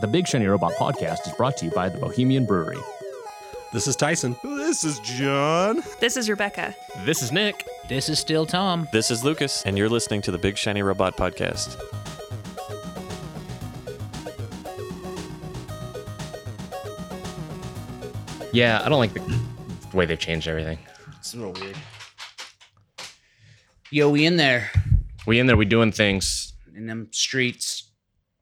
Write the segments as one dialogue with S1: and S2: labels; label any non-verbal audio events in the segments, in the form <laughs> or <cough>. S1: The Big Shiny Robot podcast is brought to you by the Bohemian Brewery.
S2: This is Tyson.
S3: This is John.
S4: This is Rebecca.
S1: This is Nick.
S5: This is still Tom.
S6: This is Lucas, and you're listening to the Big Shiny Robot Podcast.
S7: Yeah, I don't like the, the way they've changed everything.
S5: It's real weird. Yo, we in there
S7: We in there, we doing things.
S5: in them streets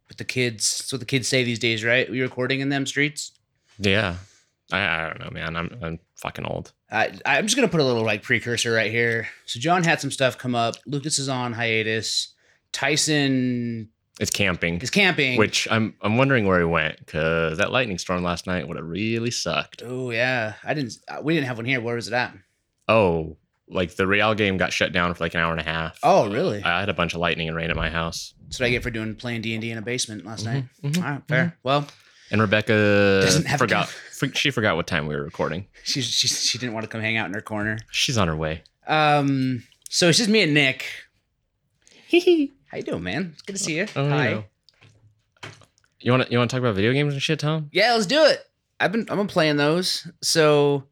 S5: with the kids. That's what the kids say these days, right? We recording in them streets.
S7: Yeah, I, I don't know, man. I'm I'm fucking old.
S5: I, I'm just gonna put a little like precursor right here. So John had some stuff come up. Lucas is on hiatus. Tyson
S7: It's camping,
S5: is camping.
S7: which I'm I'm wondering where he went because that lightning storm last night would have really sucked.
S5: oh yeah, I didn't. uh, We didn't have one here. Where was it at?
S7: Oh, like the Real game got shut down for like an hour and a half.
S5: Oh really?
S7: I had a bunch of lightning and rain at my house,
S5: That's what I get for doing playing D and D in a basement last
S7: Mhm,
S5: night.
S7: mhm,
S5: All right, fair. Well, <laughs>
S7: and Rebecca
S5: Doesn't have a
S7: forgot.
S5: camp-
S7: fr- She forgot what time we were recording.
S5: she she she didn't want to come hang out in her corner.
S7: She's on her way.
S5: Um, so it's just me and Nick. How you doing, man? It's good to see you.
S7: Oh,
S5: Hi.
S7: no. You want to you want to talk about video games and shit, Tom?
S5: Yeah, let's do it. I've been I've been playing those. So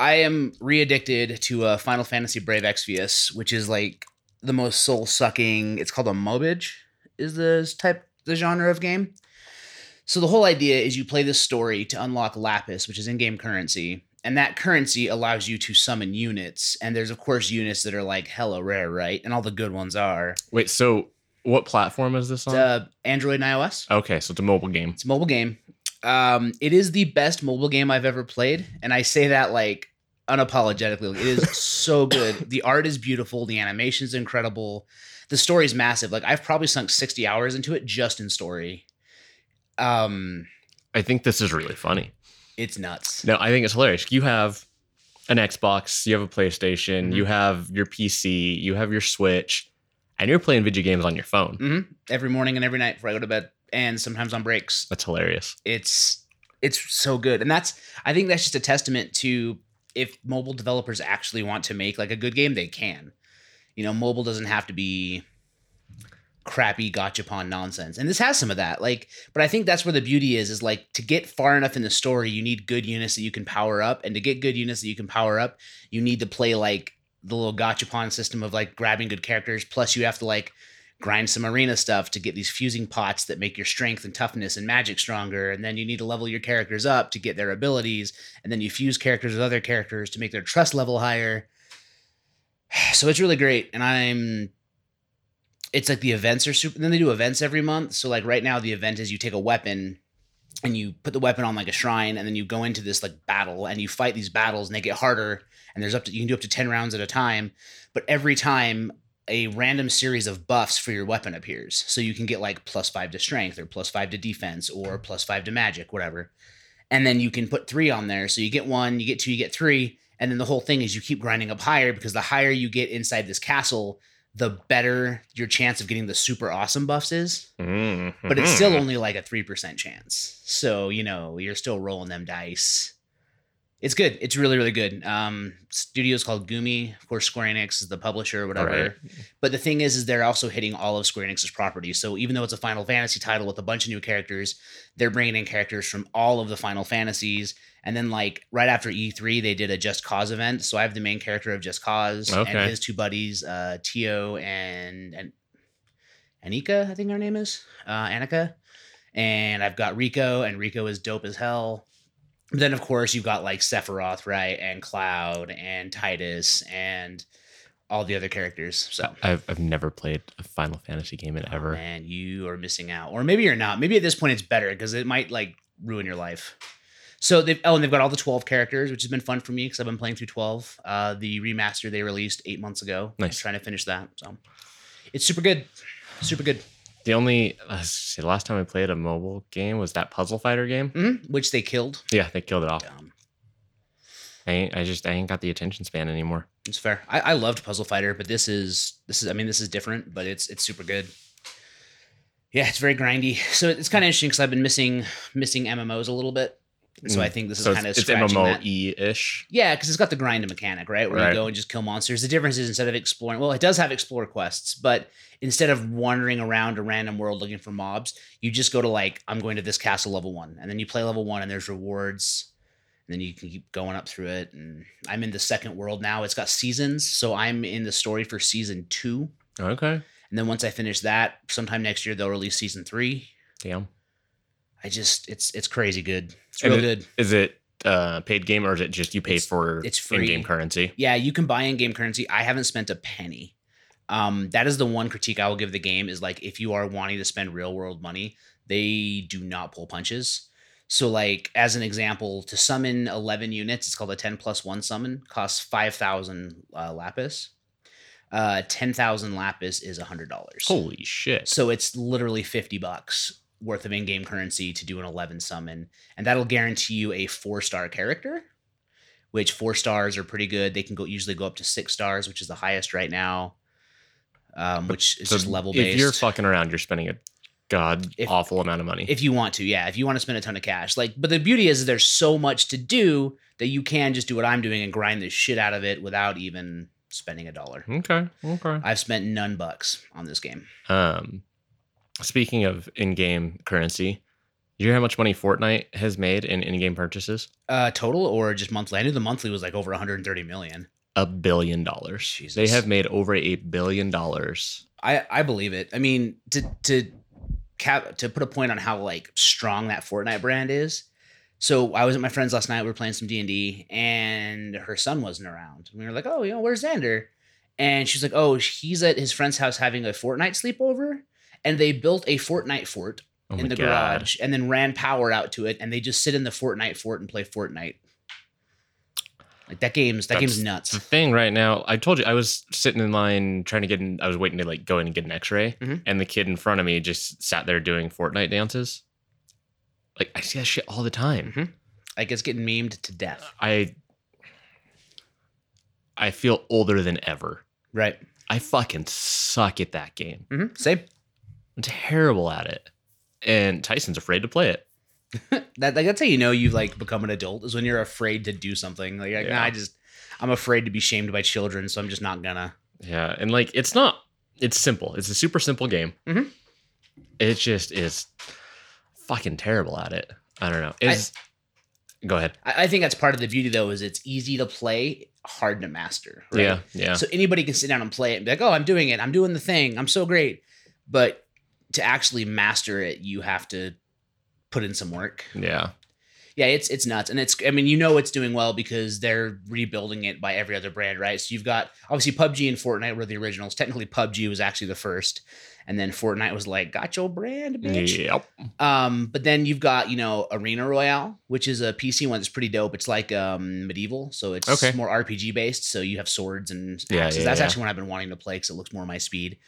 S5: I am re-addicted to uh, Final Fantasy Brave Exvius, which is like the most soul sucking. It's called a mobage. Is the type the genre of game? So the whole idea is you play this story to unlock lapis, which is in-game currency, and that currency allows you to summon units. And there's of course units that are like hella rare, right? And all the good ones are
S7: Wait, so what platform is this on?
S5: uh, Android and iOS.
S7: Okay, so it's a mobile game.
S5: It's a mobile game. Um, it is the best mobile game I've ever played, and I say that like unapologetically. Like, it is so good. The art is beautiful. The animation's incredible. The story's massive. Like I've probably sunk sixty hours into it just in story. Um,
S7: I think this is really funny.
S5: it's nuts.
S7: No, I think it's hilarious. You have an Xbox, you have a PlayStation,
S5: Mhm.
S7: you have your PC, you have your Switch, and you're playing video games on your phone.
S5: hmm Every morning and every night before I go to bed, and sometimes on breaks.
S7: That's hilarious.
S5: it's it's so good and that's i think that's just a testament to if mobile developers actually want to make like a good game they can you know mobile doesn't have to be crappy gachapon nonsense and this has some of that like but i think that's where the beauty is is like to get far enough in the story you need good units that you can power up and to get good units that you can power up you need to play like the little gachapon system of like grabbing good characters plus you have to like grind some arena stuff to get these fusing pots that make your strength and toughness and magic stronger and then you need to level your characters up to get their abilities and then you fuse characters with other characters to make their trust level higher <sighs> so it's really great and i'm it's like the events are super then they do events every month so like right now the event is you take a weapon and you put the weapon on like a shrine and then you go into this like battle and you fight these battles and they get harder and there's up to you can do up to 10 rounds at a time but every time a random series of buffs for your weapon appears. So you can get like plus five to strength or plus five to defense or plus five to magic, whatever. And then you can put three on there. So you get one, you get two, you get three. And then the whole thing is you keep grinding up higher because the higher you get inside this castle, the better your chance of getting the super awesome buffs is
S7: Mm-hmm.
S5: but it's still only like a 3% chance. So, you know, you're still rolling them dice. It's good. It's really, really good. Um, studio's called Gumi. Of course, Square Enix is the publisher or whatever.
S7: Right.
S5: But the thing is, is they're also hitting all of Square Enix's properties. So even though it's a Final Fantasy title with a bunch of new characters, they're bringing in characters from all of the Final Fantasies. And then, like right after E3, they did a Just Cause event. So I have the main character of Just Cause
S7: Okay.
S5: and his two buddies, uh, Tio and and Anika, I think her name is uh, Anika, and I've got Rico, and Rico is dope as hell. Then of course you've got like Sephiroth, right, and Cloud, and Titus, and all the other characters. So,
S7: I've, I've never played a Final Fantasy game in ever.
S5: Oh, man, you are missing out, or maybe you're not. Maybe at this point it's better because it might like ruin your life. So they've oh, and they've got all the twelve characters, which has been fun for me because I've been playing through twelve. Uh, the remaster they released eight months ago. I'm
S7: Nice.
S5: trying to finish that. So it's super good, super good.
S7: The only uh, see, the last time I played a mobile game was that Puzzle Fighter game.
S5: Mhm, Which they killed.
S7: Yeah, they killed it off.
S5: Um,
S7: I ain't, I just I ain't got the attention span anymore.
S5: It's fair. I, I loved Puzzle Fighter, but this is this is I mean this is different, but it's it's super good. <laughs> Yeah, it's very grindy. So it's kind of interesting because I've been missing missing MMOs a little bit, So I think this
S7: Mm. So
S5: is kind of
S7: it's, it's
S5: scratching that.
S7: MMOE ish.
S5: Yeah, because it's got the grind mechanic, right? Where
S7: Right.
S5: you go and just kill monsters. The difference is instead of exploring, well, it does have explore quests, but instead of wandering around a random world looking for mobs, you just go to like, I'm going to this castle level one, and then you play level one, and there's rewards, and then you can keep going up through it. And I'm in the second world now. It's got seasons, so I'm in the story for season two,
S7: Okay.
S5: and then once I finish that, sometime next year they'll release season three.
S7: Damn.
S5: I just, it's it's crazy good. It's
S7: And
S5: real
S7: it-
S5: good.
S7: Is it uh, paid game or is it just you pay
S5: It's-
S7: for
S5: it's free.
S7: in-game currency?
S5: yeah, you can buy in-game currency. I haven't spent a penny. Um, that is the one critique I will give the game is like if you are wanting to spend real world money, they do not pull punches. So like as an example, to summon eleven units, it's called a ten plus one summon. Costs five thousand uh, lapis. Uh, ten thousand lapis is hundred dollars.
S7: Holy shit.
S5: So it's literally 50 bucks worth of in-game currency to do an 11 summon and that'll guarantee you a 4-star character, which 4 stars are pretty good. They can go usually go up to 6 stars, which is the highest right now. Um, which is
S7: So
S5: just level
S7: If
S5: based.
S7: you're fucking around, you're spending a god
S5: If-
S7: awful amount of money.
S5: if you want to, yeah, if you want to spend a ton of cash. Like but the beauty is there's so much to do that you can just do what I'm doing and grind the shit out of it without even spending a dollar.
S7: okay. Okay.
S5: I've spent none bucks on this game.
S7: Um, speaking of in-game currency, do you hear how much money Fortnite has made in in-game purchases?
S5: Uh total or just monthly? I knew the monthly was like over 130 million.
S7: A billion dollars. They
S5: Jesus.
S7: have made over a billion dollars.
S5: I I believe it. I mean, to to cap to put a point on how like strong that Fortnite brand is. So I was at my friend's last night. We were playing some D and D, and her son wasn't around. And we were like, "Oh, you know, where's Xander?" And she's like, "Oh, he's at his friend's house having a Fortnite sleepover." And they built a Fortnite fort
S7: Oh
S5: in
S7: my
S5: the
S7: god.
S5: garage, and then ran power out to it, and they just sit in the Fortnite fort and play Fortnite. Like that game's that game's
S7: the
S5: nuts.
S7: thing right now i told you i was sitting in line trying to get in i was waiting to like go in and get an x-ray
S5: Mhm.
S7: and the kid in front of me just sat there doing fortnite dances like i see that shit all the time
S5: Like it's getting memed to death.
S7: i i feel older than ever
S5: Right.
S7: i fucking suck at that game
S5: Mm-hmm. Same.
S7: i'm terrible at it and tyson's afraid to play it
S5: <laughs> That like that's how you know you've like become an adult is when you're afraid to do something. Like, like
S7: Yeah.
S5: nah, I just I'm afraid to be shamed by children, so I'm just not gonna.
S7: yeah and like it's not it's simple it's a super simple game
S5: Mhm.
S7: it just is fucking terrible at it i don't know is go ahead
S5: I, I think that's part of the beauty though, is it's easy to play, hard to master. Right?
S7: Yeah, yeah.
S5: So anybody can sit down and play it and be like, oh, I'm doing it, I'm doing the thing, I'm so great. But to actually master it, you have to put in some work.
S7: yeah.
S5: Yeah, it's it's nuts, and it's I mean you know it's doing well because they're rebuilding it by every other brand, right? So you've got obviously PUBG and Fortnite were the originals. Technically, PUBG was actually the first, and then Fortnite was like, "Got your brand, bitch."
S7: Yep.
S5: Um, but then you've got you know Arena Royale, which is a PC one that's pretty dope. It's like um medieval, so it's
S7: Okay.
S5: more RPG based. So you have swords and axes.
S7: Yeah, yeah,
S5: that's
S7: yeah.
S5: actually one I've been wanting to play because it looks more my speed.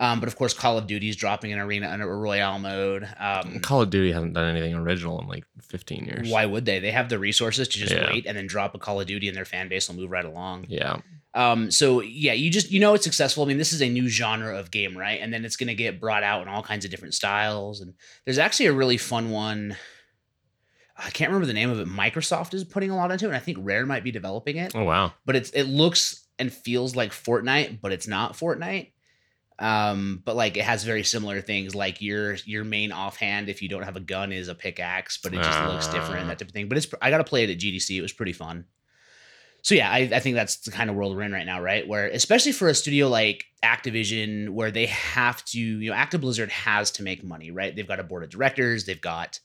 S5: Um, but of course, Call of Duty is dropping an arena and a royale mode. Um,
S7: Call of Duty hasn't done anything original in like 15 years.
S5: why would they? They have the resources to just
S7: Yeah.
S5: wait and then drop a Call of Duty, and their fan base will move right along.
S7: Yeah.
S5: Um, so yeah, you just you know it's successful. I mean, this is a new genre of game, right? And then it's going to get brought out in all kinds of different styles. And there's actually a really fun one. I can't remember the name of it. Microsoft is putting a lot into it, and I think Rare might be developing it.
S7: Oh wow.
S5: But it's it looks and feels like Fortnite, but it's not Fortnite. Um, but like it has very similar things. Like your your main offhand, if you don't have a gun, is a pickaxe, but it just looks different,
S7: Ah.
S5: that type of thing. But it's pr- I gotta play it at GDC. It was pretty fun. So yeah, I, I think that's the kind of world we're in right now, right? Where especially for a studio like Activision, where they have to, you know, Active Blizzard has to make money, right? They've got a board of directors, they've got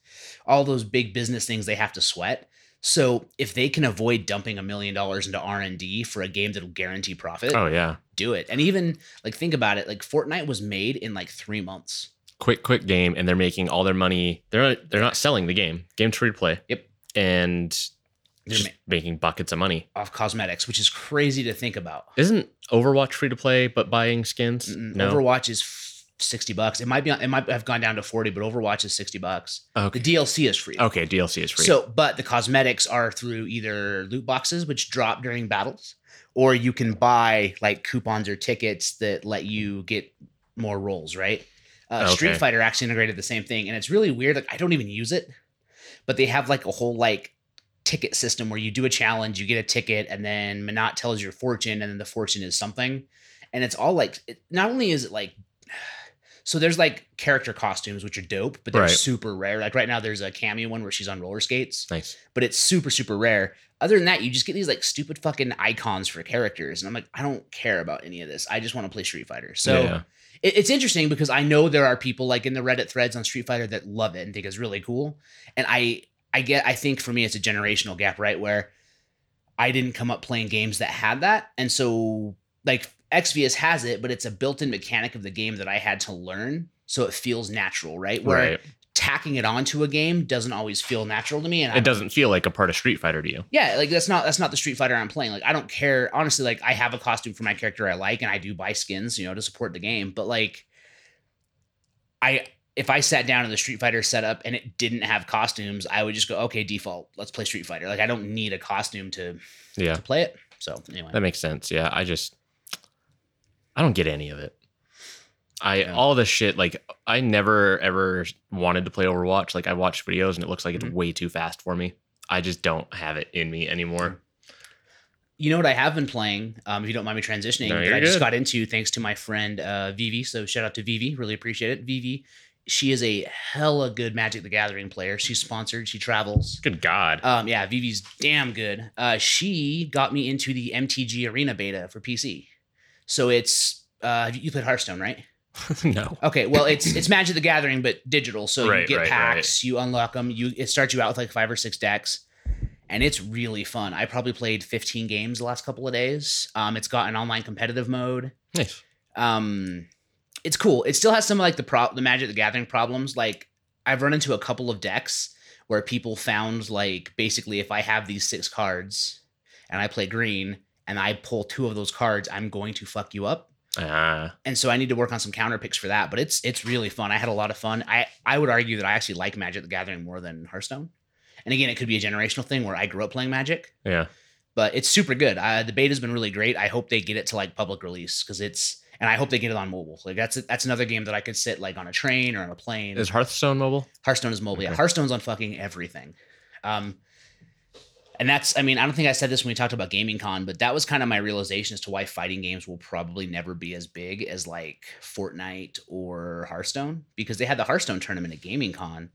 S5: all those big business things they have to sweat. So if they can avoid dumping a million dollars into R and D for a game that'll guarantee profit,
S7: Oh yeah.
S5: do it. And even like think about it, like Fortnite was made in like three months.
S7: Quick, quick game, and they're making all their money. They're not, they're not selling the game. Game's free to play.
S5: Yep.
S7: And
S5: They're
S7: just
S5: ma-
S7: making buckets of money.
S5: off cosmetics, which is crazy to think about.
S7: Isn't Overwatch free to play, but buying skins?
S5: Mm,
S7: no.
S5: Overwatch is f- sixty bucks. It might be on, it might have gone down to forty, but Overwatch is sixty bucks. The
S7: okay.
S5: DLC is free.
S7: okay. DLC is free.
S5: So, but the cosmetics are through either loot boxes, which drop during battles, or you can buy like coupons or tickets that let you get more rolls. Right? Uh, Street
S7: Okay.
S5: Fighter actually integrated the same thing, and it's really weird. Like I don't even use it, but they have like a whole like ticket system where you do a challenge, you get a ticket, and then Minot tells your fortune, and then the fortune is something. And it's all like, it- not only is it like, <sighs> so there's like character costumes, which are dope, but they're
S7: Right.
S5: super rare. Like right now, there's a cameo one where she's on roller skates,
S7: Nice.
S5: but it's super, super rare. Other than that, you just get these like stupid fucking icons for characters. And I'm like, I don't care about any of this. I just want to play Street Fighter. So
S7: yeah.
S5: it, it's interesting because I know there are people like in the Reddit threads on Street Fighter that love it and think it's really cool. And I I get I think for me it's a generational gap, right? Where I didn't come up playing games that had that. And so like Xvius has it, but it's a built-in mechanic of the game that I had to learn. So it feels natural, right? Where
S7: right.
S5: tacking it onto a game doesn't always feel natural to me. And I,
S7: It doesn't feel like a part of Street Fighter to you.
S5: yeah, like that's not that's not the Street Fighter I'm playing. Like I don't care honestly. Like I have a costume for my character I like, and I do buy skins, you know, to support the game. But like, I if I sat down in the Street Fighter setup and it didn't have costumes, I would just go, okay, default, let's play Street Fighter. Like I don't need a costume to
S7: Yeah.
S5: play it. So anyway,
S7: That makes sense. Yeah, I just I don't get any of it. I
S5: Yeah.
S7: all this shit like I never ever wanted to play Overwatch. Like I watch videos and it looks like
S5: Mhm.
S7: it's way too fast for me. I just don't have it in me anymore.
S5: you know what I have been playing. Um, if you don't mind me transitioning,
S7: No,
S5: that
S7: you're
S5: I just
S7: good.
S5: got into thanks to my friend uh, Vivi. So shout out to Vivi, really appreciate it. Vivi, she is a hella good Magic the Gathering player. She's sponsored. She travels.
S7: Good God.
S5: Um, yeah, Vivi's damn good. Uh, she got me into the MTG Arena beta for PC. So it's uh, you played Hearthstone, right?
S7: <laughs> no.
S5: Okay, well it's it's Magic the Gathering but digital. So you
S7: Right,
S5: get
S7: right,
S5: packs, you unlock them, you it starts you out with like five or six decks, and it's really fun. I probably played 15 games the last couple of days. Um, it's got an online competitive mode
S7: Nice.
S5: um it's cool it still has some like the prop the magic the gathering problems like i've run into a couple of decks where people found like basically if i have these six cards and i play green and i pull two of those cards i'm going to fuck you up
S7: Uh,
S5: and so i need to work on some counter picks for that but it's it's really fun i had a lot of fun i i would argue that i actually like magic the gathering more than hearthstone and again it could be a generational thing where i grew up playing magic
S7: yeah.
S5: but it's super good. Uh, the beta's been really great. I hope they get it to like public release because it's, and I hope they get it on mobile. Like that's that's another game that I could sit like on a train or on a plane.
S7: Is Hearthstone mobile?
S5: Hearthstone is mobile. Yeah,
S7: Okay.
S5: Hearthstone's on fucking everything. Um, and that's, I mean, I don't think I said this when we talked about Gaming Con, but that was kind of my realization as to why fighting games will probably never be as big as like Fortnite or Hearthstone because they had the Hearthstone tournament at Gaming Con.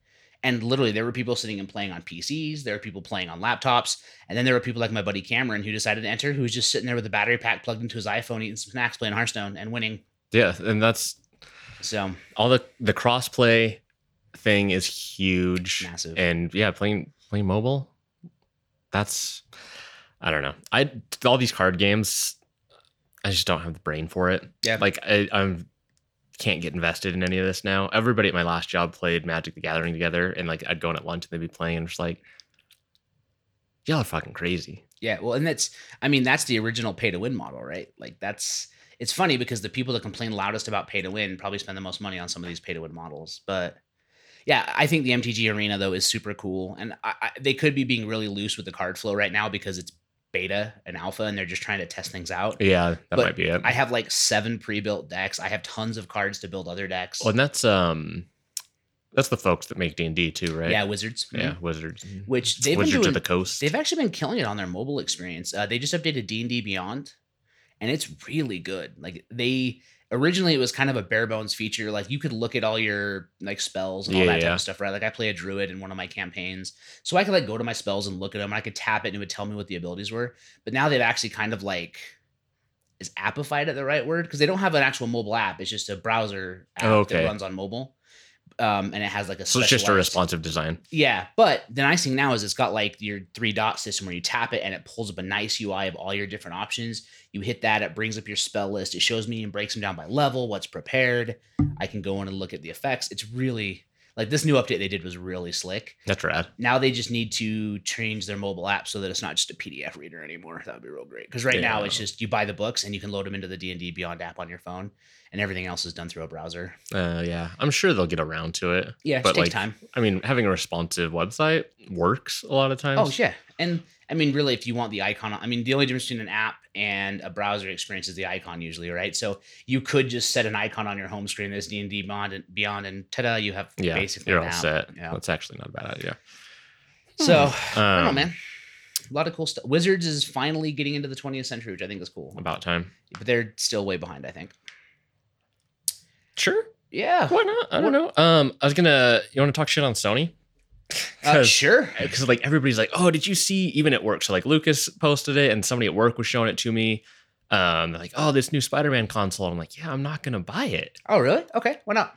S5: And literally, there were people sitting and playing on PCs. There were people playing on laptops. And then there were people like my buddy Cameron who decided to enter, who was just sitting there with a battery pack plugged into his iPhone, eating some snacks, playing Hearthstone and winning.
S7: Yeah, and that's
S5: So
S7: all the the crossplay thing is huge.
S5: massive.
S7: and yeah, playing playing mobile. That's I don't know. I all these card games, I just don't have the brain for it.
S5: Yeah.
S7: like I, I'm can't get invested in any of this now. Everybody at my last job played Magic the Gathering together, and like I'd go in at lunch and they'd be playing, and I'm just like, y'all are fucking crazy.
S5: Yeah, well, and that's I mean that's the original pay to win model, right? Like that's it's funny because the people that complain loudest about pay to win probably spend the most money on some of these pay to win models, but yeah, I think the MTG Arena though is super cool, and I, I, they could be being really loose with the card flow right now because it's beta and alpha, and they're just trying to test things out.
S7: Yeah, that
S5: But
S7: might be it.
S5: I have like seven pre built decks. I have tons of cards to build other decks.
S7: well, and that's um, that's the folks that make D and D too, right?
S5: Yeah, wizards. Mhm.
S7: yeah, Wizards.
S5: Which they've been
S7: Wizards
S5: doing-
S7: of the Coast.
S5: They've actually been killing it on their mobile experience. Uh, they just updated D and D Beyond, and it's really good. Like they originally, it was kind of a bare bones feature. Like you could look at all your like spells and all
S7: Yeah,
S5: that type
S7: yeah.
S5: of stuff, right? Like I play a druid in one of my campaigns, so I could like go to my spells and look at them. And I could tap it and it would tell me what the abilities were. But now they've actually kind of like is appified it the right word because they don't have an actual mobile app. It's just a browser app
S7: Oh,
S5: that
S7: okay.
S5: runs on mobile. Um, and it has like a
S7: so it's just a
S5: specialized-
S7: responsive design.
S5: yeah, but the nice thing now is it's got like your three dot system where you tap it and it pulls up a nice UI of all your different options. You hit that, it brings up your spell list. It shows me and breaks them down by level, what's prepared. I can go in and look at the effects. It's really like this new update they did was really slick.
S7: That's rad.
S5: Now they just need to change their mobile app so that it's not just a PDF reader anymore. That would be real great. Because right now it's
S7: Yeah.
S5: just you buy the books and you can load them into the D and D Beyond app on your phone, and everything else is done through a browser.
S7: Uh, yeah, I'm sure they'll get around to it.
S5: Yeah, it
S7: But,
S5: takes
S7: like,
S5: time.
S7: I mean, having a responsive website works a lot of times.
S5: Oh yeah, and I mean, really, if you want the icon, I mean, the only difference between an app and a browser experience is the icon usually, right? So you could just set an icon on your home screen that's D and D beyond and beyond, and ta-da, you have
S7: yeah,
S5: basically
S7: you're
S5: an
S7: all
S5: app.
S7: set.
S5: Yeah.
S7: That's actually not a bad idea.
S5: So I don't know,
S7: Um,
S5: man. A lot of cool stuff. Wizards is finally getting into the 20th century, which I think is cool.
S7: About time.
S5: But they're still way behind, I think.
S7: Sure.
S5: Yeah. Uh,
S7: Why not? I don't know. Um, I was gonna. You want to talk shit on Sony?
S5: Uh,
S7: 'Cause-
S5: sure.
S7: because like everybody's like, oh, did you see? Even at work, so like Lucas posted it, and somebody at work was showing it to me. Um, they're like, oh, this new Spider-Man console. I'm like, yeah, I'm not gonna buy it.
S5: Oh, really? Okay. Why not?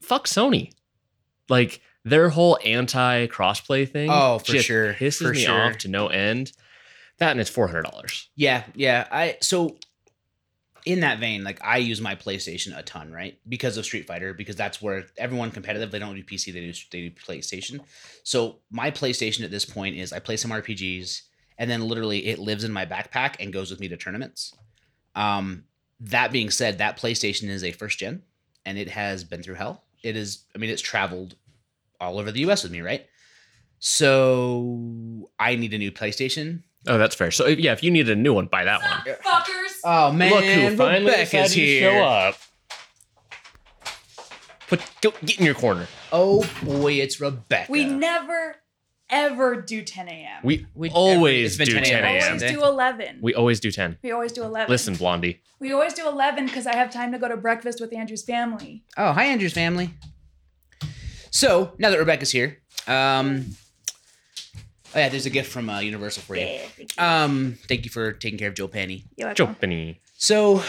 S7: Fuck Sony. Like their whole anti-crossplay thing.
S5: Oh, for
S7: just
S5: sure.
S7: pisses
S5: For
S7: me
S5: sure.
S7: off to no end. That and it's four hundred dollars.
S5: Yeah, yeah. I so in that vein, like I use my PlayStation a ton, right? Because of Street Fighter, because that's where everyone competitive. They don't do PC, they do they do PlayStation. So my PlayStation at this point is I play some RPGs, and then literally it lives in my backpack and goes with me to tournaments. Um, that being said, that PlayStation is a first gen, and it has been through hell. It is, I mean, it's traveled all over the U.S. with me, right? So I need a new PlayStation.
S7: Oh, that's fair. So yeah, if you needed a new one, buy that one.
S4: Fuckers.
S5: Oh man,
S7: Look who finally
S5: Rebecca's
S7: decided to
S5: here.
S7: show up. Put go, get in your corner.
S5: Oh boy, it's Rebecca.
S4: We never, ever do 10 a.m.
S7: We,
S5: We-
S7: always
S5: it's been
S7: do 10
S4: We
S7: a.m.
S4: always do 11.
S7: We always do 10.
S4: We always do 11.
S7: Listen, Blondie.
S4: We always do 11 because I have time to go to breakfast with Andrew's family.
S5: Oh, hi Andrew's family. So now that Rebecca's here, um, oh yeah, there's a gift from uh, Universal for you. Um, thank you for taking care of Joe Penny.
S4: You're welcome.
S7: Jopini.
S5: So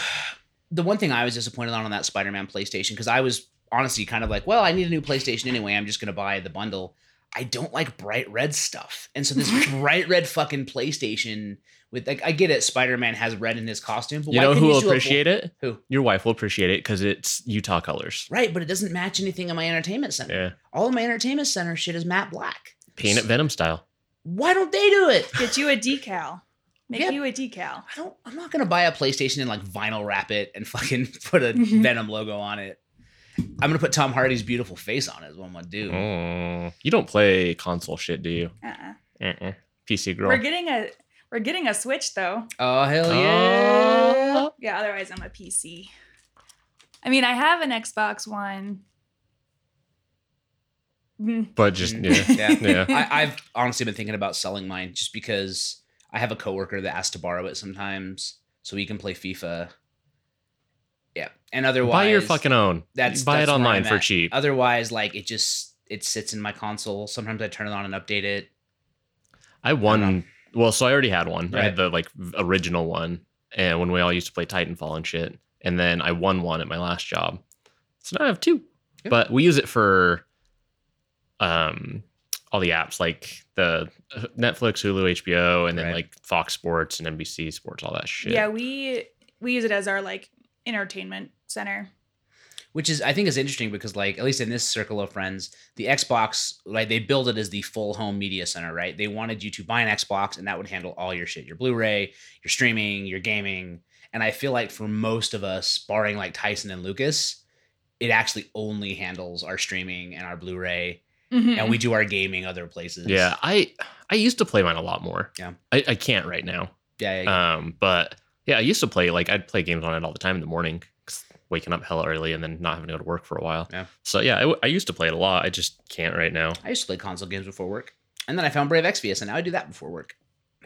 S5: the one thing I was disappointed on on that Spider-Man PlayStation because I was honestly kind of like, well, I need a new PlayStation anyway. I'm just gonna buy the bundle. I don't like bright red stuff, and so this bright red fucking PlayStation with like I get it, Spider-Man has red in his costume, but
S7: You
S5: why
S7: know
S5: couldn't
S7: who
S5: you
S7: will
S5: just do a
S7: appreciate it?
S5: Who?
S7: Your wife will appreciate it because it's Utah colors.
S5: Right, but it doesn't match anything in my entertainment center.
S7: Yeah.
S5: All of my entertainment center shit is matte black.
S7: Peanut Venom style.
S5: Why don't they do it?
S4: Get you a decal. Make
S5: Yeah.
S4: you a decal.
S5: I don't. I'm not gonna buy a PlayStation and like vinyl wrap it and <laughs> fucking put a Venom logo on it. I'm gonna put Tom Hardy's beautiful face on it. Is what I'm gonna do.
S7: Mm. You don't play console shit, do you?
S4: Uh-uh.
S7: Uh-uh. PC girl.
S4: We're getting a we're getting a Switch though.
S5: Oh
S7: <laughs>
S5: hell yeah!
S4: Yeah, otherwise I'm a PC. I mean, I have an Xbox One. Mm,
S7: But just, yeah.
S4: <laughs>
S5: yeah.
S7: yeah.
S5: I, I've honestly been thinking about selling mine just because I have a coworker that asks to borrow it sometimes so he can play FIFA. Yeah, and otherwise
S7: Buy your fucking own.
S5: that's
S7: Buy
S5: that's
S7: it
S5: where
S7: online
S5: I'm
S7: for
S5: at.
S7: cheap.
S5: Otherwise, like it just it sits in my console. Sometimes I turn it on and update it.
S7: I won. Well, so I already had one. I
S5: Right.
S7: had the like v- original one, and when we all used to play Titanfall and shit. And then I won one at my last job, so now I have two.
S5: Yeah.
S7: But we use it for, um, all the apps like the uh, Netflix, Hulu, HBO, and then
S5: Right.
S7: like Fox Sports and NBC Sports, all that shit.
S4: yeah, we we use it as our like entertainment center.
S5: Which is I think is interesting because like at least in this circle of friends, the Xbox, like they build it as the full home media center, right? They wanted you to buy an Xbox and that would handle all your shit, your Blu-ray, your streaming, your gaming. And I feel like for most of us, barring like Tyson and Lucas, it actually only handles our streaming and our Blu-ray.
S4: Mm-hmm.
S5: And we do our gaming other places.
S7: Mm-hmm. yeah. I I used to play mine a lot more.
S5: Yeah.
S7: I, I can't right now.
S5: Yeah. yeah.
S7: Um, but yeah, I used to play like I'd play games on it all the time in the morning, 'cause waking up hella early and then not having to go to work for a while.
S5: Yeah.
S7: So yeah, I, w- I used to play it a lot. I just can't right now.
S5: I used to play console games before work. And then I found Brave Exvius and now I do that before work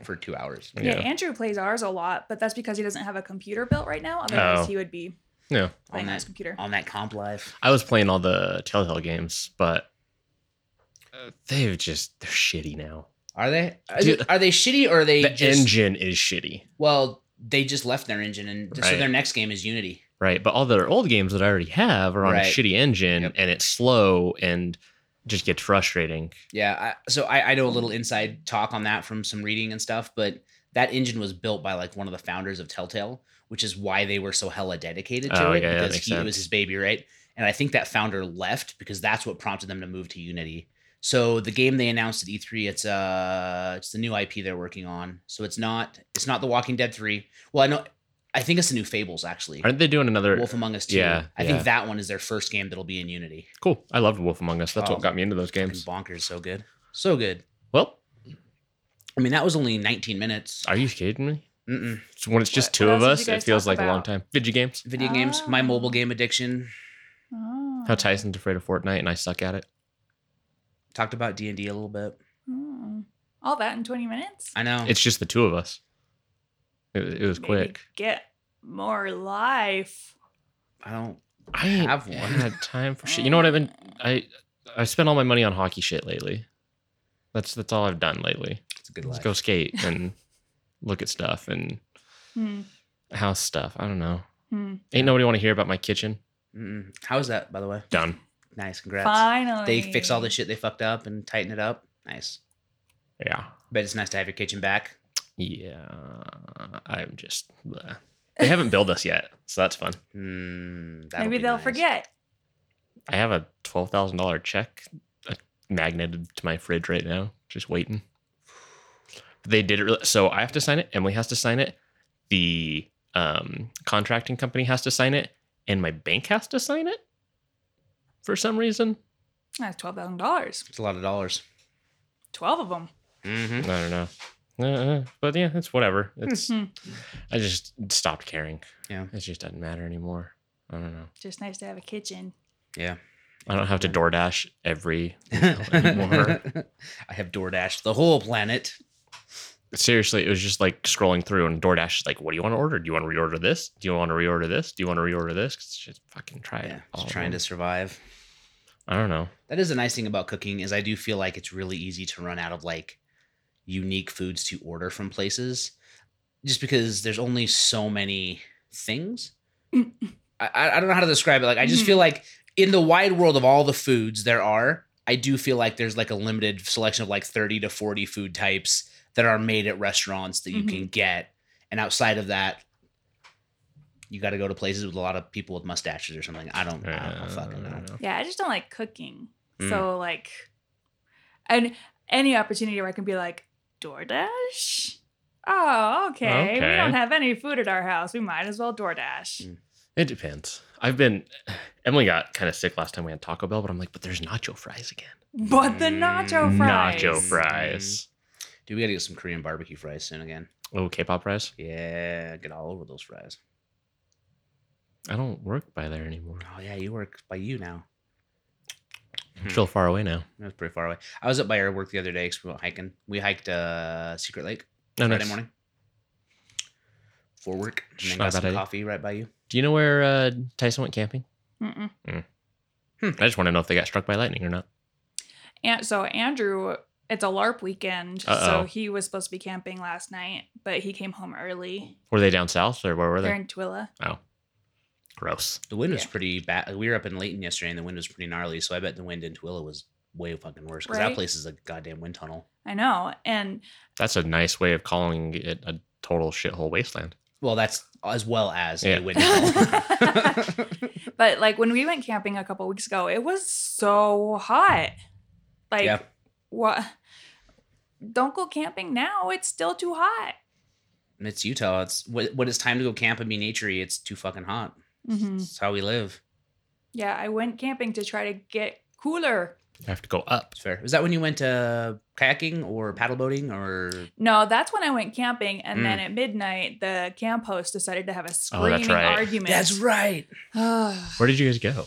S5: for two hours.
S4: yeah,
S7: Yeah.
S4: Andrew plays ours a lot, but that's because he doesn't have a computer built right now. Otherwise,
S7: Oh.
S4: he would be
S7: Yeah.
S4: playing
S5: On
S4: on
S5: that
S4: his computer.
S5: on that comp life.
S7: I was playing all the Telltale games, but uh, they've just they're shitty now.
S5: Are they? Are,
S7: Dude.
S5: they, are they shitty or are they
S7: the
S5: just
S7: engine is shitty,
S5: well? They just left their engine, and so
S7: Right.
S5: their next game is Unity.
S7: right? But all their old games that I already have are on a
S5: Right.
S7: shitty engine,
S5: Yep.
S7: and it's slow and just gets frustrating.
S5: Yeah. I, so I, I know a little inside talk on that from some reading and stuff, but that engine was built by like one of the founders of Telltale, which is why they were so hella dedicated to
S7: Oh,
S5: it
S7: yeah, yeah, that
S5: because
S7: makes
S5: he it was
S7: sense.
S5: his baby, right? And I think that founder left because that's what prompted them to move to Unity. So the game they announced at E3, it's uh, it's the new IP they're working on. So it's not it's not The Walking Dead three. Well, I know, I think it's the new Fables actually.
S7: Aren't they doing another?
S5: Wolf Among Us 2.
S7: Yeah,
S5: I
S7: yeah.
S5: think that one is their first game that'll be in Unity.
S7: cool. I loved Wolf Among Us. That's
S5: Oh.
S7: what got me into those
S5: And
S7: games.
S5: bonkers, so good. So good.
S7: Well,
S5: I mean, that was only 19 minutes.
S7: are you kidding me?
S5: Mm-mm.
S7: So when it's just
S4: What-
S7: two
S4: what
S7: of us,
S4: else did you
S7: it
S4: guys
S7: feels like
S4: talk
S7: a long
S4: about?
S7: time. Video games.
S5: Video games, my
S4: Ah.
S5: mobile game addiction.
S4: Oh.
S7: How Tyson's afraid of Fortnite and I suck at it.
S5: Talked about D&D a little bit.
S4: Oh. All that in 20 minutes?
S5: I know.
S7: It's just the two of us. It, it was
S4: Maybe
S7: quick.
S4: Get more life.
S5: I don't.
S7: I
S5: ain't
S7: have one.
S5: had
S7: had time
S4: <laughs>
S7: for shit. You know what I've been?
S4: Uh,
S7: I I spent all my money on hockey shit lately. That's that's all I've done lately.
S5: It's a good
S7: Let's
S5: life.
S7: go skate
S4: <laughs>
S7: and look at stuff and
S4: Hmm.
S7: house stuff. I don't know.
S4: Hmm.
S7: Ain't nobody want to hear about my kitchen.
S5: Mm-mm. How is that, by the way?
S7: Done.
S5: Nice. Congrats.
S4: Finally.
S5: They fix all the shit they fucked up and tighten it up. Nice.
S7: Yeah.
S5: But it's nice to have your kitchen back.
S7: Yeah. I'm just. bleh. They haven't billed us yet, so that's fun.
S5: Mm, that'll
S4: Maybe
S5: be
S4: they'll
S5: nice.
S4: forget.
S7: I have a twelve thousand dollar check uh, magneted to my fridge right now, just waiting. They did it, really, so I have to sign it. Emily has to sign it. The um, contracting company has to sign it, and my bank has to sign it. For some reason,
S4: That's $12,000.
S5: It's a lot of dollars.
S4: 12 of them.
S5: Mm-hmm.
S7: I don't know. Uh, but yeah, it's whatever.
S5: <laughs>
S7: It's
S4: Hmm.
S7: I just stopped caring.
S5: Yeah.
S7: it just doesn't matter anymore. I don't know.
S4: Just nice to have a kitchen.
S5: Yeah.
S7: I don't have to DoorDash every anymore.
S5: <laughs> I have DoorDash the whole planet.
S7: seriously, it was just like scrolling through and DoorDash is like, what do you want to order? Do you want to reorder this? Do you want to reorder this? Do you want to reorder this? 'Cause just fucking try it.
S5: Yeah,
S7: all
S5: just
S7: of
S5: trying to
S7: them.
S5: survive.
S7: I don't know.
S5: That is a nice thing about cooking is I do feel like it's really easy to run out of like unique foods to order from places, just because there's only so many things. I, I I don't know how to describe it. Like I just feel like in the wide world of all the foods there are, I do feel like there's like a limited selection of like 30 to 40 food types that are made at restaurants that you can get, and outside of that. You got to go to places with a lot of people with mustaches or something. I don't, I don't
S7: Uh,
S5: fucking
S7: I
S5: know.
S7: don't know.
S4: Yeah, I just don't like cooking.
S5: Mm.
S4: So, like, and any opportunity where I can be like, DoorDash? Oh, okay. We
S7: Okay. Mm.
S4: don't have any food at our house. We might as well DoorDash.
S7: It depends. I've been, <sighs> Emily got kind of sick last time we had Taco Bell, but I'm like, but there's nacho fries again.
S4: But the nacho
S5: Mm,
S4: fries. Mm-hmm.
S7: Nacho fries.
S5: Dude, we gotta get some Korean barbecue fries soon again.
S7: Oh, K pop fries?
S5: Yeah, get all over those fries.
S7: I don't work by there anymore.
S5: Oh yeah, you work by you now.
S7: It's real far away now.
S5: That was pretty far away. I was up by our work the other day because we went hiking. We hiked uh Secret Lake
S7: No,
S5: Friday
S7: Oh, nice.
S5: morning. For work. And
S7: Not a bad
S5: then got some
S7: idea.
S5: coffee right by you.
S7: Do you know where uh, Tyson went camping?
S4: Mm-mm.
S7: I just want to know if they got struck by lightning or not.
S4: And so Andrew, it's a LARP weekend,
S7: Uh-oh.
S4: so he was supposed to be camping last night, but he came home early.
S7: Were they down south or where were
S4: They're
S7: they?
S4: in Twilla.
S7: Oh, gross.
S5: The wind was
S4: Yeah.
S5: pretty bad. We were up in Layton yesterday and the wind was pretty gnarly, so I bet the wind in Twilla was way fucking worse because that
S4: Right?
S5: place is a goddamn wind tunnel.
S4: I know, and
S7: That's a nice way of calling it a total shithole wasteland.
S5: Well, that's as well as
S7: Yeah.
S5: a wind tunnel.
S7: <laughs>
S4: but like when we went camping a couple weeks ago, it was so hot. <laughs> Like
S5: yeah.
S4: what? Don't go camping now. It's still too hot.
S5: And it's Utah. It's when when it's time to go camp and be naturey, it's too fucking hot.
S7: Mm-hmm.
S4: Mhm.
S5: It's how we live.
S4: Yeah, I went camping to try to get cooler.
S7: You have to go up.
S5: It's fair. Was that when you went uh, kayaking or paddle boating or?
S4: No, that's when I went camping, and then at midnight, the camp host decided to have a
S7: Mm. Oh, that's
S4: screaming
S7: right.
S4: argument.
S5: right.
S7: Where did you guys go?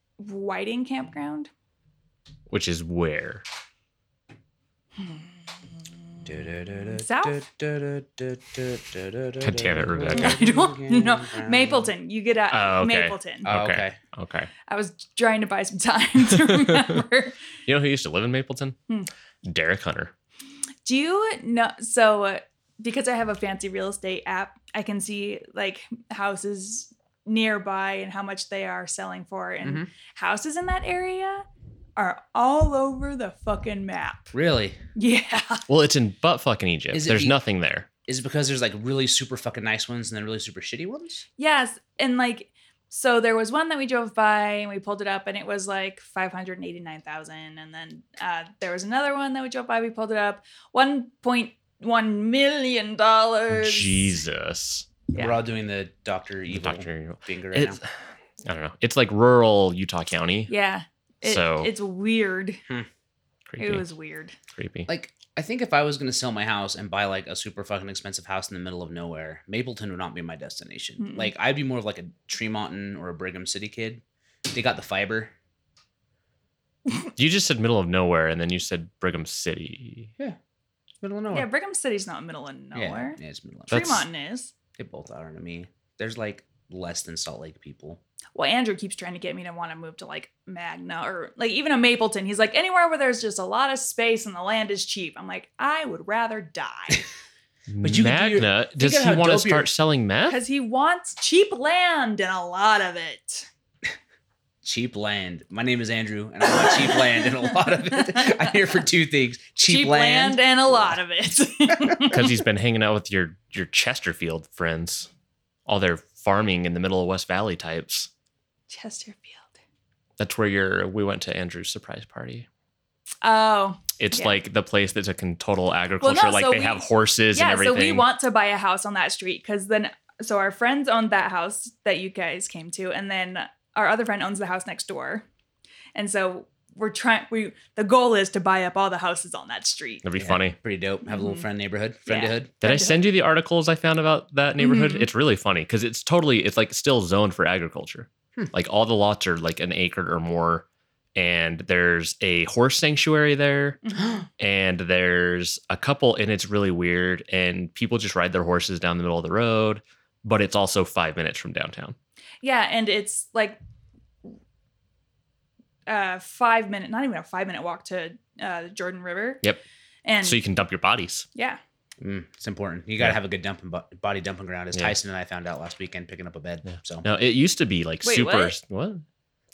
S4: <sighs> Whiting campground.
S7: Which is where?
S4: South?
S7: God damn it, Rebecca.
S4: <laughs> <laughs> I don't know. Mapleton. You get out.
S7: Oh, okay.
S4: Mapleton.
S5: Oh,
S7: Okay.
S5: okay.
S7: Okay.
S4: I was trying to buy some time <laughs>
S7: <laughs>
S4: to remember.
S7: You know who used to live in Mapleton?
S4: Hmm.
S7: Derek Hunter.
S4: Do you know? So, uh, because I have a fancy real estate app, I can see like houses nearby and how much they are selling for. And houses in that area are all over the fucking map. <laughs>
S5: Really?
S4: Yeah.
S7: Well, it's in butt fucking Egypt.
S5: Is it
S7: There's
S5: the-
S7: nothing there.
S5: Is it because there's like really super fucking nice ones and then really super shitty ones?
S4: Yes. And like, so there was one that we drove by and we pulled it up and it was like 589,000. And then uh, there was another one that we drove by, we pulled it up $1.1 million.
S7: Jesus.
S4: Yeah.
S5: We're all doing the Doctor
S7: The
S5: Evil
S7: Doctor Evil.
S5: finger right
S7: It's, I don't know. It's like rural Utah County.
S4: Yeah. It,
S7: So-
S4: it's weird.
S7: Creepy.
S4: It was weird.
S7: creepy.
S5: Like, I think if I was gonna sell my house and buy like a super fucking expensive house in the middle of nowhere, Mapleton would not be my destination.
S4: Mm-mm.
S5: Like, I'd be more of like a Tremonton or a Brigham City kid. They got the fiber.
S7: You just said middle of nowhere, and then you said Brigham City.
S5: Middle of
S4: Yeah,
S5: nowhere.
S4: Brigham City's not middle of nowhere.
S5: Oh, yeah, it's middle of
S7: That's-
S4: Tremont is.
S5: They both are to me. There's like less than Salt Lake people.
S4: Well, Andrew keeps trying to get me to want to move to like Magna or like even a Mapleton. He's like, anywhere where there's just a lot of space and the land is cheap. I'm like, I would rather die.
S5: <laughs> But you could do your-
S7: Magna,
S5: think
S7: does
S5: of
S7: he
S5: how
S7: want to
S5: dope your-
S7: start selling meth?
S4: Because he wants cheap land and a lot of it.
S5: Cheap land. My name is Andrew, and I want cheap
S4: <laughs>
S5: land and a lot of it. I'm here for two things: cheap, land.
S4: and a lot of it. <laughs>
S7: Because he's been hanging out with your your Chesterfield friends, all their farming in the middle of West Valley types.
S4: Chesterfield.
S7: That's where your we went to Andrew's surprise party.
S4: Oh,
S7: It's
S4: Yeah.
S7: like the place that's like in total agriculture. like
S4: so
S7: they
S4: we-
S7: have horses and
S4: yeah. So
S7: everything.
S4: we want to buy a house on that street because then, so our friends owned that house that you guys came to, and then our other friend owns the house next door, and so we're trying. We the goal is to buy up all the houses on that street.
S7: That'd be
S5: Yeah,
S7: funny.
S5: Pretty dope. Have a little
S4: Mhm.
S5: friend neighborhood.
S4: Yeah.
S5: Friendhood.
S7: Did I send you the articles I found about that neighborhood?
S4: Mhm.
S7: It's really funny because it's totally it's like still zoned for agriculture.
S5: Hmm.
S7: Like all the lots are like an acre or more, and there's a horse sanctuary there, and there's a couple, and it's really weird. And people just ride their horses down the middle of the road, but it's also five minutes from downtown.
S4: <gasps> Yeah, and it's like a five minute, not even a five minute walk to uh, Jordan River.
S7: Yep.
S4: And
S7: so you can dump your bodies. <laughs>
S4: yeah,
S5: Mm, it's important. You got to
S7: Yeah.
S5: have a good dumping bo- body dumping ground, as
S7: Yeah.
S5: Tyson and I found out last weekend picking up a bed.
S7: Yeah.
S5: So
S7: No, it used to be like
S4: Wait,
S7: super.
S4: what? Oh
S7: what?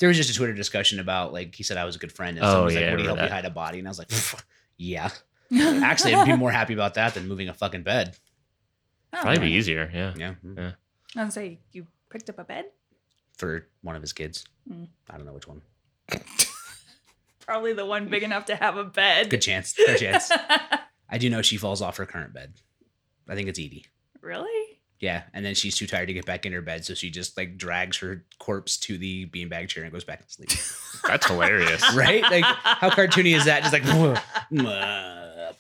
S5: there was just a Twitter discussion about like he said I was a good friend, and
S7: Oh,
S5: someone was
S7: yeah, I
S5: like, "Would he help
S7: remember
S5: you
S7: that.
S5: hide a body?" And I was like, <laughs> "Yeah." Actually, I'd be
S4: <laughs>
S5: more happy about that than moving a fucking bed.
S4: Oh,
S7: <laughs> Probably be easier.
S4: <laughs>
S7: Yeah.
S5: Yeah, mm,
S7: Yeah.
S4: I was gonna say you picked up a bed.
S5: for one of his kids.
S4: Mm.
S5: I don't know which one.
S4: Probably the one big enough to have a bed.
S5: Good chance. Fair
S4: <laughs>
S5: chance. I do know she falls off her current bed. I think it's Edie.
S4: really?
S5: Yeah, and then she's too tired to get back in her bed, so she just like drags her corpse to the beanbag chair and goes back to sleep.
S7: That's hilarious.
S5: right? Like, how cartoony is that? Just like, mwah.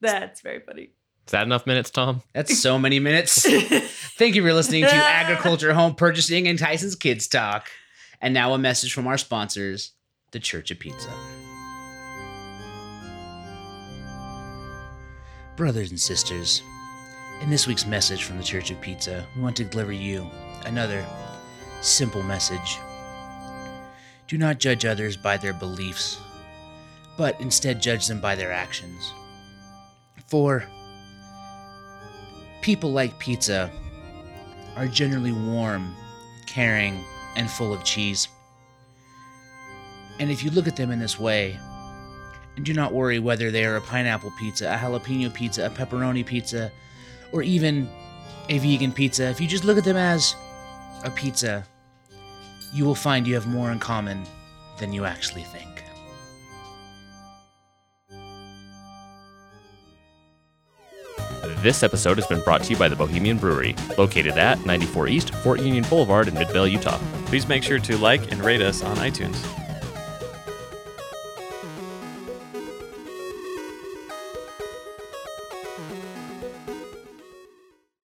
S4: That's very funny.
S7: Is that enough minutes, Tom?
S5: <laughs> that's so many
S4: <laughs>
S5: minutes. Thank you for listening to Agriculture, Home Purchasing, and Tyson's Kids Talk. And now a message from our sponsors, the Church of Pizza. Brothers and sisters, in this week's message from the Church of Pizza, we want to deliver you another simple message. Do not judge others by their beliefs, but instead judge them by their actions. For people like pizza are generally warm, caring, and full of cheese. And if you look at them in this way, and do not worry whether they are a pineapple pizza, a jalapeno pizza, a pepperoni pizza, or even a vegan pizza, if you just look at them as a pizza, you will find you have more in common than you actually think.
S1: This episode has been brought to you by the Bohemian Brewery, located at 94 East, Fort Union Boulevard in Midvale, Utah.
S6: Please make sure to like and rate us on iTunes.